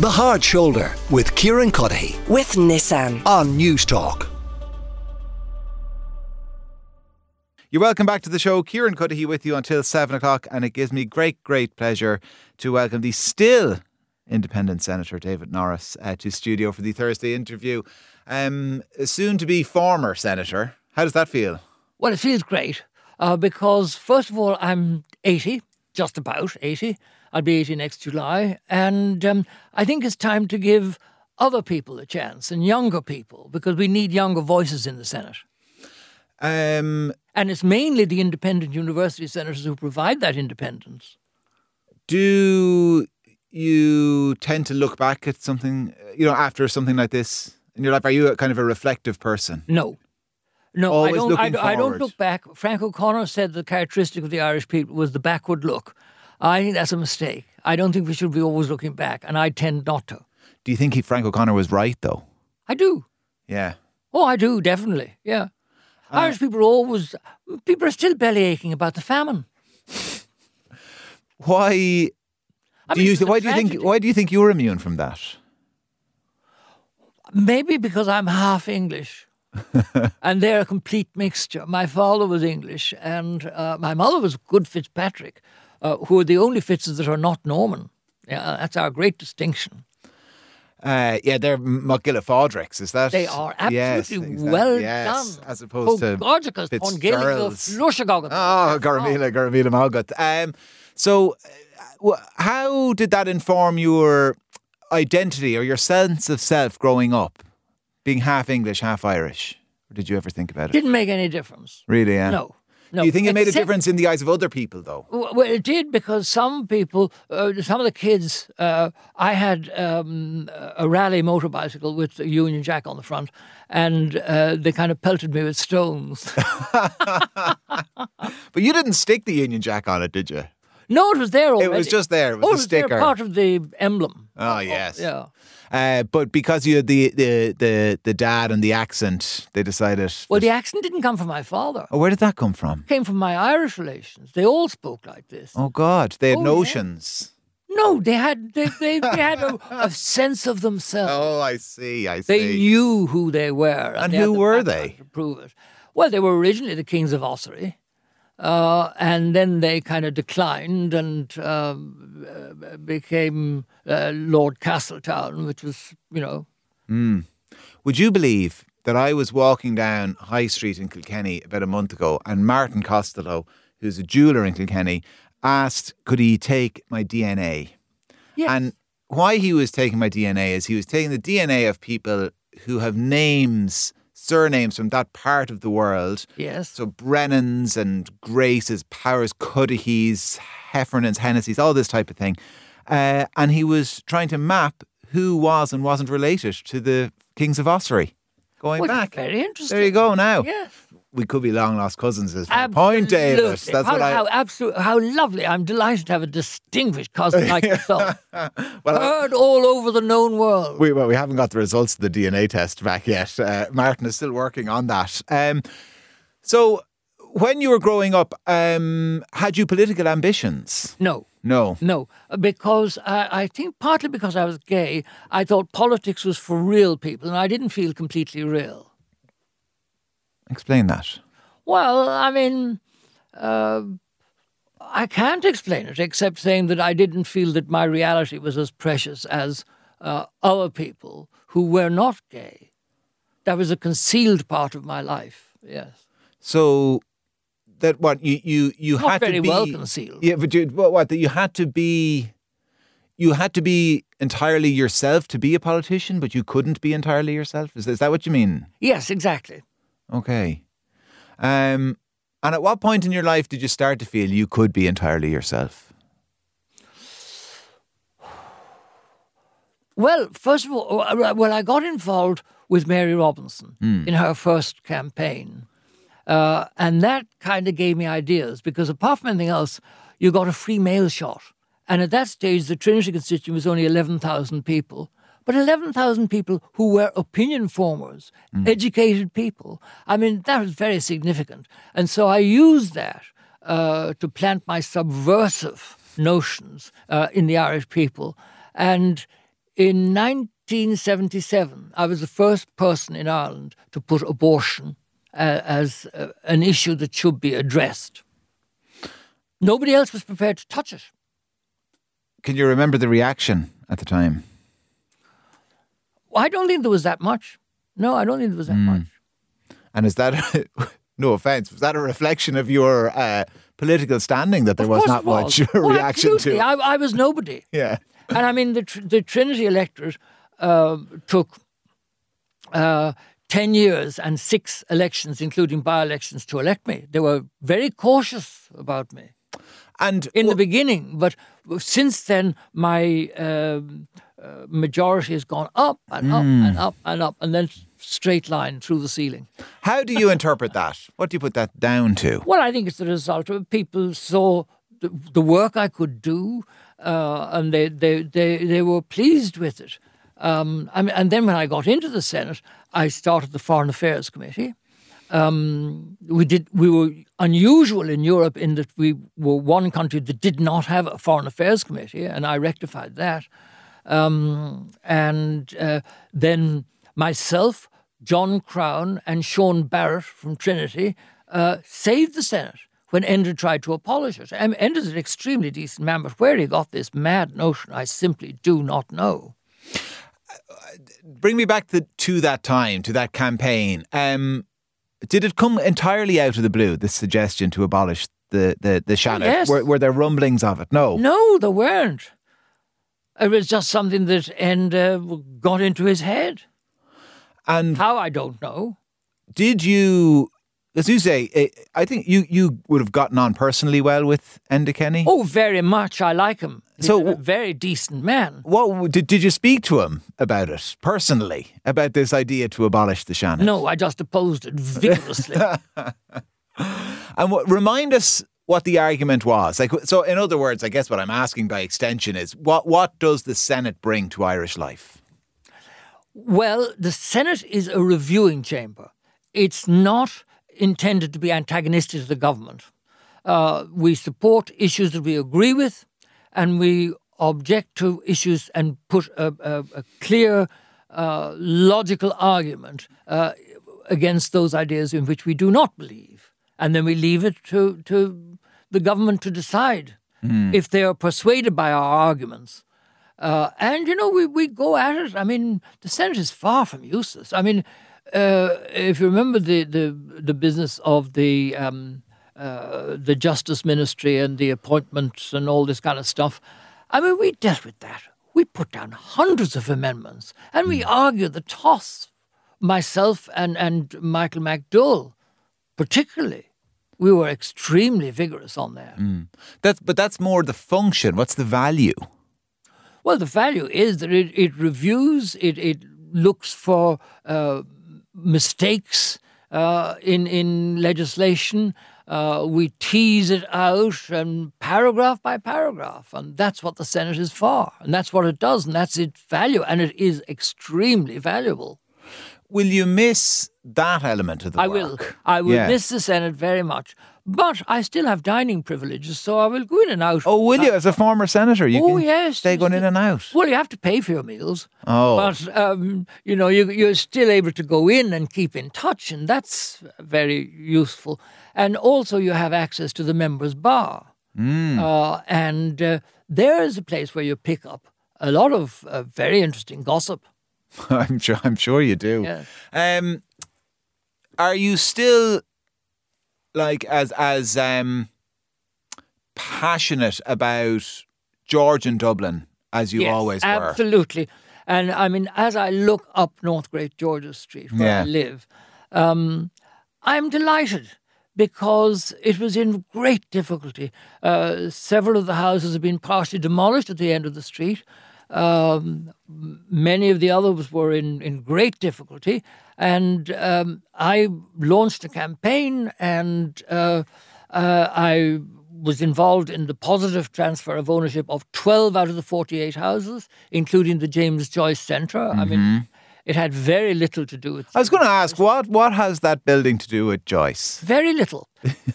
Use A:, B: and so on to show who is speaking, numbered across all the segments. A: The Hard Shoulder with Kieran Cuddy
B: with Nissan.
A: on News Talk.
C: You're welcome back to the show. Kieran Cuddihy with you until seven o'clock, and it gives me great, great pleasure to welcome the still independent Senator David Norris uh, to studio for the Thursday interview. Um, soon to be former Senator. How does that feel?
D: Well, it feels great uh, because, first of all, I'm 80, just about 80. I'll be 80 next July. And um, I think it's time to give other people a chance and younger people because we need younger voices in the Senate.
C: Um,
D: And it's mainly the independent university senators who provide that independence.
C: do you tend to look back at something, you know, after something like this in your life? Are you a kind of a reflective person?
D: No. No,
C: Always
D: I don't. I,
C: looking
D: don't- I don't
C: forward.
D: look back. Frank O'Connor said the characteristic of the Irish people was the backward look. I think that's a mistake. I don't think we should be always looking back, and I tend not to.
C: Do you think he, Frank O'Connor was right, though?
D: I do.
C: Yeah.
D: Oh, I do, definitely. Yeah. Irish people are always, people are still belly aching about the famine.
C: Why
D: I
C: do
D: mean,
C: you
D: it's a
C: why do you think
D: tragedy.
C: why do you think you're immune from that?
D: Maybe because I'm half English and they're a complete mixture. My father was English and uh, my mother was good Fitzpatrick, uh, who are the only Fitzes that are not Norman. Yeah, uh, that's our great distinction.
C: Uh, yeah, they're MacGillifawdricks, is that?
D: They are absolutely
C: Yes, exactly.
D: well
C: Yes,
D: done. Oh,
C: As opposed to
D: Gorgicus,
C: Fitzgeralds. Oh, Garamila, Garamila Malgot. Um, so, uh, wh- how did that inform your identity or your sense of self growing up, being half English, half Irish? Or did you ever think about it?
D: Didn't make any difference.
C: really? Yeah.
D: No. No.
C: Do you think it made a
D: Except-
C: difference in the eyes of other people, though?
D: Well, well, it did because some people, uh, some of the kids, uh, I had um, a rally motorbicycle with a Union Jack on the front, and uh, they kind of pelted me with stones.
C: But you didn't stick the Union Jack on it, did you?
D: no, it was there
C: It
D: already.
C: was just there. It was
D: oh,
C: a
D: it was there,
C: sticker.
D: part of the emblem.
C: Oh, yes.
D: Yeah.
C: Uh, but because you had the, the, the, the dad and the accent, they decided.
D: Well, the accent didn't come from my father.
C: oh, where did that come from?
D: It came from my Irish relations. They all spoke like this.
C: Oh, God. They had
D: Oh, yeah.
C: notions.
D: No, they had they, they, they had a, a sense of themselves.
C: Oh, I see. I
D: They
C: see.
D: knew who they were.
C: And
D: they had
C: who
D: the
C: were
D: background
C: they?
D: To prove it. Well, they were originally the kings of Ossory. Uh, and then they kind of declined and um, uh, became uh, Lord Castletown, which was, you know,
C: Would you believe that I was walking down High Street in Kilkenny about a month ago and Martin Costello, who's a jeweller in Kilkenny, asked, could he take my DNA?
D: yes.
C: And why he was taking my DNA is he was taking the DNA of people who have names, surnames from that part of the world.
D: yes.
C: So Brennan's and Grace's, Powers, Cudahy's, Heffernan's, Hennessy's, all this type of thing. Uh, and he was trying to map who was and wasn't related to the kings of Ossory. Going
D: Well,
C: back.
D: very interesting.
C: There you go now.
D: Yes.
C: We could be long lost cousins, is my point, David. That's
D: Absolutely.
C: what
D: how,
C: I.
D: How, absolute, how lovely. I'm delighted to have a distinguished cousin like yourself.
C: well, I-
D: Heard all over the known world.
C: We, well, we haven't got the results of the DNA test back yet. Uh, Martin is still working on that. Um, so, when you were growing up, um, had you political ambitions?
D: no.
C: No.
D: No, because I, I think partly because I was gay, I thought politics was for real people, and I didn't feel completely real.
C: Explain that.
D: Well, I mean, uh, I can't explain it except saying that I didn't feel that my reality was as precious as uh, other people who were not gay. That was a concealed part of my life. Yes,
C: So, that what you you you
D: Not
C: had to
D: very
C: be
D: well concealed.
C: Yeah, but you, what, what that you had to be, you had to be entirely yourself to be a politician, but you couldn't be entirely yourself. Is, is that what you mean?
D: yes, exactly.
C: Okay. Um, and at what point in your life did you start to feel you could be entirely yourself?
D: Well, first of all, uh, well, I got involved with Mary Robinson in her first campaign. Uh, and that kind of gave me ideas because, apart from anything else, you got a free mail shot. And at that stage, the Trinity constituent was only 11,000 people. But 11,000 people who were opinion formers, educated people. I mean, that was very significant. And so I used that uh, to plant my subversive notions uh, in the Irish people. And In 1977, I was the first person in Ireland to put abortion uh, as uh, an issue that should be addressed. Nobody else was prepared to touch it.
C: Can you remember the reaction at the time?
D: I don't think there was that much. No, I don't think there was that
C: Hmm.
D: much.
C: And is that no offense? Was that a reflection of your uh, political standing that there
D: Of
C: was not
D: course it was.
C: much
D: Well,
C: reaction
D: absolutely.
C: to?
D: I, I was nobody.
C: Yeah,
D: and I mean, the, tr- the Trinity electorate um took uh, 10 years and six elections, including by elections, to elect me. They were very cautious about me
C: and
D: in the beginning, but since then, my um, uh, majority has gone up and up and up and up, and then straight line through the ceiling.
C: how do you interpret that? What do you put that down to?
D: Well, I think it's the result of people saw the, the work I could do, uh, and they, they, they, they were pleased with it. Um, I mean, and then when I got into the Senate, I started the Foreign Affairs Committee. Um, we did. We were unusual in Europe in that we were one country that did not have a Foreign Affairs Committee, and I rectified that. Um, and uh, then myself, John Crown, and Sean Barrett from Trinity uh, saved the Senate when Ender tried to abolish it. And Ender's an extremely decent man, but where he got this mad notion, I simply do not know.
C: Bring me back the, to that time, to that campaign. Um, did it come entirely out of the blue? This suggestion to abolish the the the Shannon?
D: Yes.
C: Were, were there rumblings of it? No.
D: No, there weren't. It was just something that Ender got into his head.
C: And
D: How, I don't know.
C: did you? As you say, eh, I think you, you would have gotten on personally well with Enda Kenny.
D: Oh, very much. I like him. He's
C: So-
D: a very decent man.
C: What did, did you speak to him about it personally about this idea to abolish the Shannon?
D: No, I just opposed it vigorously.
C: And what, remind us what the argument was. Like, so in other words, I guess what I'm asking by extension is what what does the Senate bring to Irish life?
D: Well, the Senate is a reviewing chamber. It's not intended to be antagonistic to the government. Uh, we support issues that we agree with, and we object to issues and put a, a, a clear, uh, logical argument uh, against those ideas in which we do not believe. And then we leave it to, to the government to decide if they are persuaded by our arguments. Uh, and, you know, we, we go at it. I mean, the Senate is far from useless. I mean, uh, if you remember the, the, the business of the, um, uh, the Justice Ministry and the appointments and all this kind of stuff, I mean, we dealt with that. We put down hundreds of amendments and we argued the toss, myself and, and Michael McDowell particularly. We were extremely vigorous on that.
C: That's but that's more the function. What's the value?
D: Well, the value is that it, it reviews, it, it looks for uh, mistakes uh, in, in legislation. Uh, we tease it out and paragraph by paragraph, and that's what the Senate is for, and that's what it does, and that's its value, and it is extremely valuable.
C: Will you miss that element of the
D: I will.
C: work?
D: I will
C: Yeah.
D: miss the Senate very much, but I still have dining privileges, so I will go in and out.
C: Oh, will you? As a former senator, you
D: Uh, Oh,
C: can
D: yes,
C: stay
D: yes,
C: going in and out.
D: Well, you have to pay for your meals.
C: Oh.
D: But, um, you know, you, you're still able to go in and keep in touch, and that's very useful. And also, you have access to the members' bar. Uh, and uh, there is a place where you pick up a lot of uh, very interesting gossip.
C: I'm sure. I'm sure you do.
D: Yes.
C: Um, are you still like as as um passionate about George and Dublin as you
D: Yes,
C: always were?
D: Absolutely. And I mean, as I look up North Great George's Street, where
C: Yeah.
D: I live, um, I'm delighted because it was in great difficulty. Uh, several of the houses have been partially demolished at the end of the street. Um, m- many of the others were in, in great difficulty. And um, I launched a campaign and uh, uh, I was involved in the positive transfer of ownership of 12 out of the 48 houses, including the James Joyce Centre. I mean, it had very little to do with
C: Mm-hmm. I was going to ask what what has that building to do with Joyce?
D: very little,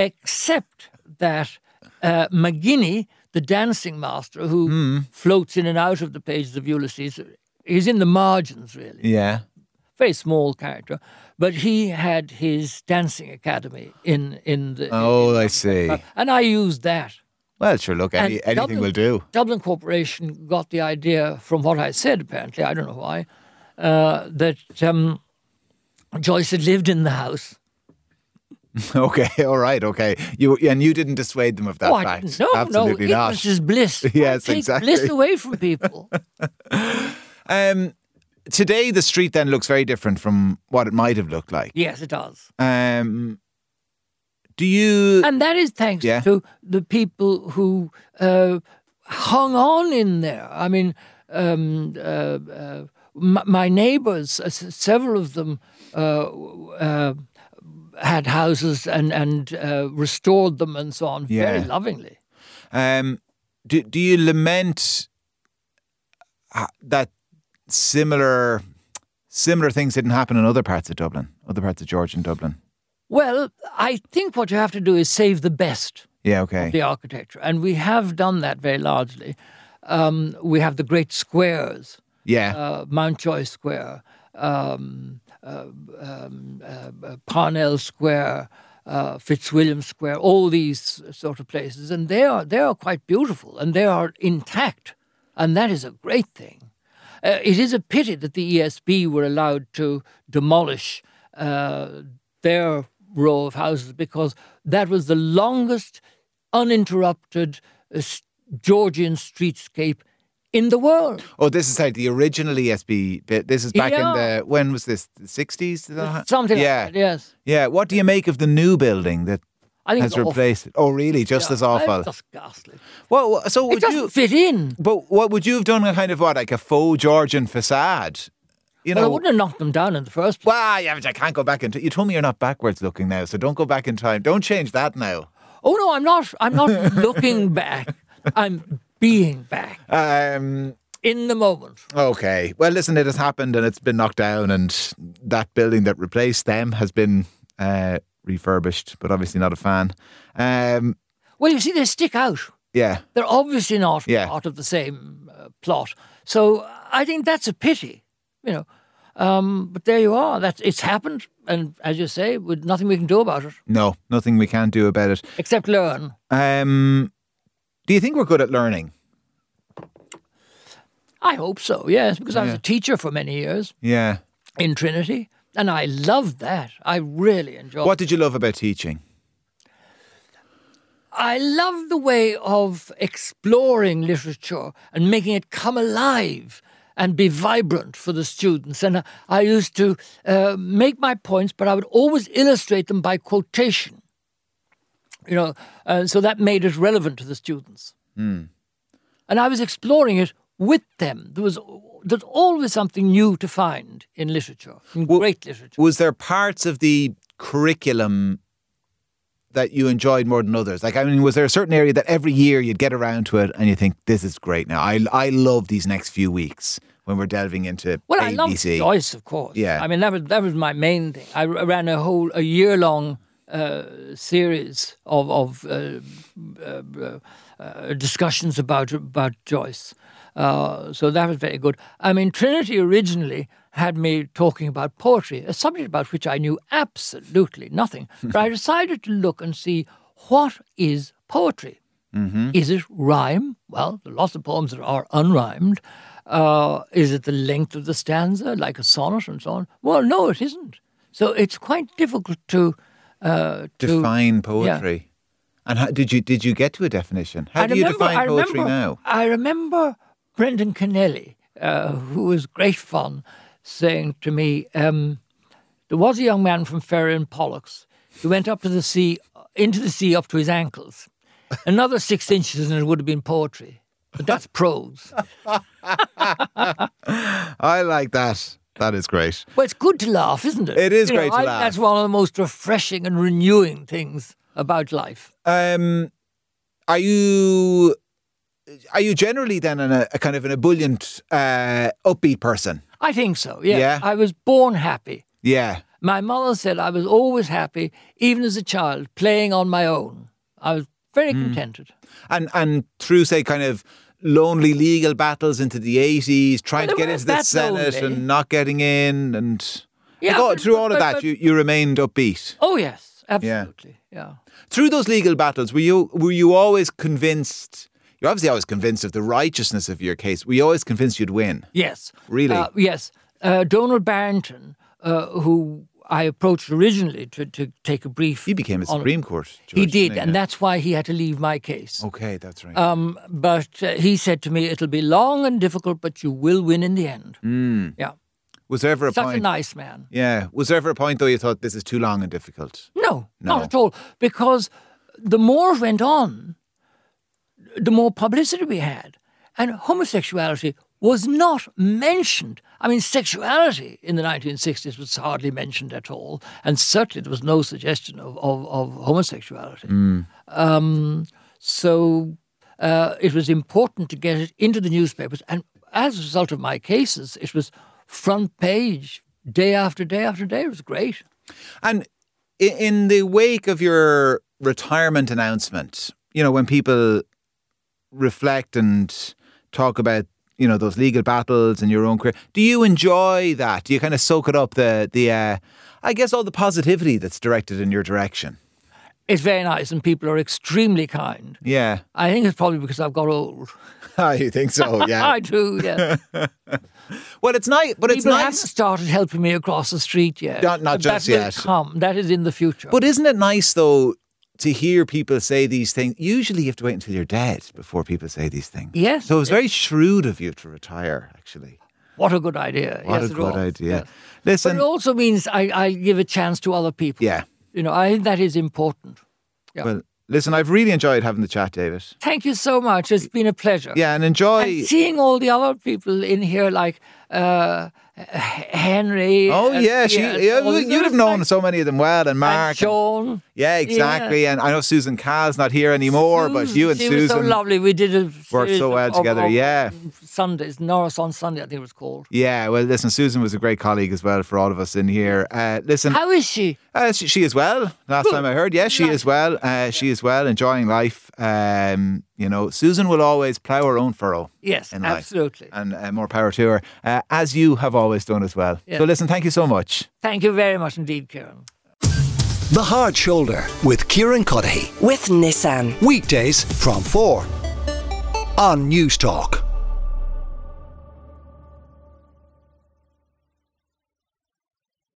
D: except that uh,
C: Mm.
D: McGinney, the dancing master who floats in and out of the pages of Ulysses He's in the margins, really.
C: Yeah.
D: Very small character. But he had his dancing academy in, in the.
C: Oh, I see.
D: And I used that.
C: Well, sure. Look, any,
D: And
C: anything
D: Dublin-
C: will do.
D: Dublin Corporation got the idea from what I said, apparently, I don't know why, uh, that um, Joyce had lived in the house.
C: Okay. All right. Okay. You and you didn't dissuade them of that
D: oh, I
C: fact.
D: didn't- no,
C: Absolutely
D: no,
C: not.
D: ignorance is bliss. Why
C: Yes,
D: take
C: exactly.
D: bliss away from people.
C: Um, today the street then looks very different from what it might have looked like.
D: yes, it does.
C: Um, do you?
D: And that is thanks
C: Yeah.
D: to the people who uh, hung on in there. I mean, um, uh, uh, my, my neighbors, uh, s- several of them uh, w- uh, had houses and, and uh, restored them and so on very
C: Yeah.
D: lovingly.
C: Um, do do you lament uh, that similar similar things didn't happen in other parts of Dublin, other parts of Georgian Dublin?
D: Well, I think what you have to do is save the best.
C: Yeah. Okay.
D: the architecture. And we have done that very largely. Um, we have the great squares,
C: Yeah.
D: uh, Mountjoy Square, um, uh, um, uh, uh, Parnell Square, uh, Fitzwilliam Square, all these sort of places. And they are, they are quite beautiful and they are intact. And that is a great thing. Uh, it is a pity that the ESB were allowed to demolish uh, their row of houses because that was the longest uninterrupted uh, s- Georgian streetscape in the world.
C: oh, this is like the original E ESB. bit. This is back in
D: Yeah.
C: the when was this? The sixties?
D: Something
C: Uh, Yeah.
D: like that, yes.
C: Yeah. What do you make of the new building that
D: I think
C: has
D: it's awful.
C: replaced it? Oh, really? Just as awful.
D: It's just ghastly.
C: Well, well, so
D: It
C: would
D: doesn't
C: you?
D: fit in.
C: But what would you have done? A kind of what, like a faux Georgian facade? You
D: Well, I
C: know.
D: wouldn't have knocked them down in the first place.
C: well, yeah, but I can't go back in. T- you told me you're not backwards looking now, so don't go back in time. Don't change that now.
D: Oh no, I'm not. I'm not looking back. I'm being back
C: Um,
D: in the moment.
C: okay. Well, listen, it has happened and it's been knocked down, and that building that replaced them has been uh, refurbished, but obviously not a fan. Um,
D: Well, you see, they stick out.
C: yeah.
D: They're obviously not
C: Yeah.
D: part of the same uh, plot. So I think that's a pity, you know. Um, but there you are. That's it's happened, and as you say, with nothing we can do about it
C: No, nothing we can do about it.
D: except learn.
C: Um, do you think we're good at learning?
D: I hope so. Yes, because I was a teacher for many years
C: Yeah.
D: in Trinity, and I loved that. I really enjoyed.
C: What did you love about teaching?
D: I love the way of exploring literature and making it come alive and be vibrant for the students. And I- I used to uh, make my points, but I would always illustrate them by quotation. You know, uh, so that made it relevant to the students. And I was exploring it with them. There was there's always something new to find in literature, in great literature.
C: was there parts of the curriculum that you enjoyed more than others? Like, I mean, was there a certain area that every year you'd get around to it and you think, this is great now? I, I love these next few weeks when we're delving into
D: Well, I love
C: ABC.
D: Joyce, of course.
C: Yeah.
D: I mean that was that was my main thing. I r- ran a whole a year long uh, series of of uh, uh, uh, discussions about about Joyce. Uh, so that was very good. I mean, Trinity originally had me talking about poetry, a subject about which I knew absolutely nothing. but I decided to look and see what is poetry.
C: Hmm?
D: Is it rhyme? Well, there are lots of poems that are unrhymed. Uh, is it the length of the stanza, like a sonnet and so on? Well, no, it isn't. So it's quite difficult to. Uh, to
C: define poetry. And how, did you did you get to a definition? How
D: I
C: do you
D: remember-
C: define
D: I
C: poetry
D: remember-
C: now?
D: I remember Brendan Kennelly, uh, who was great fun, saying to me, um, there was a young man from Ferry and Pollux who went up to the sea, into the sea up to his ankles. Another six inches and it would have been poetry. But that's prose.
C: I like that. That is great.
D: Well, it's good to laugh, isn't it?
C: It is
D: You know,
C: great to
D: I-
C: laugh.
D: That's one of the most refreshing and renewing things about life.
C: Um, are you are you generally then an, a, a kind of an ebullient, uh, upbeat person?
D: I think so, yeah.
C: Yeah.
D: I was born happy.
C: Yeah.
D: My mother said I was always happy, even as a child,
C: Hmm.
D: playing on my own. I was very contented.
C: and and through say kind of lonely legal battles into the 80s, trying to
D: Well, they
C: get
D: weren't
C: into the
D: that
C: Senate
D: lonely.
C: and not getting in. And
D: Yeah,
C: Like, oh,
D: but-
C: through all
D: but-
C: of
D: but-
C: that,
D: but-
C: you, you remained upbeat.
D: Oh yes, absolutely. Yeah.
C: Through those legal battles, were you, were you always convinced? You're obviously always convinced of the righteousness of your case. Were you always convinced you'd win?
D: Yes.
C: Really?
D: Uh, yes. Uh, Donald Barrington, uh, who I approached originally to, to take a brief.
C: He became a
D: on-
C: Supreme Court judge.
D: He did,
C: didn't
D: and that's why he had to leave my case.
C: Okay, that's right.
D: Um, but uh, he said to me, "It'll be long and difficult, but you will win in the end." Yeah.
C: was there ever Hmm. a
D: Such
C: point?
D: a nice man.
C: yeah. Was there ever a point though you thought this is too long and difficult?
D: No,
C: No.
D: not at all. Because the more it went on, the more publicity we had. And homosexuality was not mentioned. I mean, sexuality in the 1960s was hardly mentioned at all. And certainly there was no suggestion of, of, of homosexuality. Um, so uh, it was important to get it into the newspapers. And as a result of my cases, it was front page day after day after day. It was great.
C: And i- in the wake of your retirement announcement, you know, when people reflect and talk about, you know, those legal battles and your own career, do you enjoy that? Do you kind of soak it up the the uh, I guess all the positivity that's directed in your direction?
D: It's very nice, and people are extremely kind.
C: Yeah.
D: I think it's probably because I've got old.
C: you think so,
D: I do, yeah.
C: well it's nice but it's
D: people haven't
C: nice
D: started helping me across the street yet.
C: Not- not
D: But
C: just
D: that will
C: yet.
D: Come, that is in the future.
C: But isn't it nice though to hear people say these things? Usually you have to wait until you're dead before people say these things.
D: Yes.
C: So it was very shrewd of you to retire, actually.
D: what a good idea!
C: What
D: yes,
C: a
D: it
C: good
D: was.
C: idea.
D: Yes. But
C: Listen,
D: it also means I, I give a chance to other people.
C: yeah.
D: you know, I think that is important. Yeah.
C: Well, listen, I've really enjoyed having the chat, David.
D: Thank you so much. It's been a pleasure.
C: Yeah, and enjoy.
D: And seeing all the other people in here, like uh, H- Henry.
C: Oh
D: and-
C: yeah, she.
D: and
C: yeah,
D: all those
C: you'd have
D: guys,
C: known
D: like-
C: so many of them well, and Mark.
D: and
C: and-
D: Sean.
C: yeah, exactly. And I know Susan Carl's not here anymore, but you and
D: Mm. she
C: Susan.
D: was so lovely. We did a series
C: so well
D: of-
C: together,
D: of
C: yeah.
D: Sundays, Norris on Sunday, I think it was called.
C: yeah, well, listen, Susan was a great colleague as well for all of us in here. Uh, listen,
D: How is she?
C: Uh, she, she is well. Last time I heard, yes, she is well. Uh, she is well, enjoying life. Um, you know, Susan will always plough her own furrow.
D: Yes,
C: in life.
D: absolutely.
C: and uh, more power to her, uh, as you have always done as well.
D: Yeah.
C: So, listen, thank you so much.
D: Thank you very much indeed, Kieran.
A: The Hard Shoulder with Kieran Cuddihy.
B: with Nissan.
A: Weekdays from 4 on News Talk.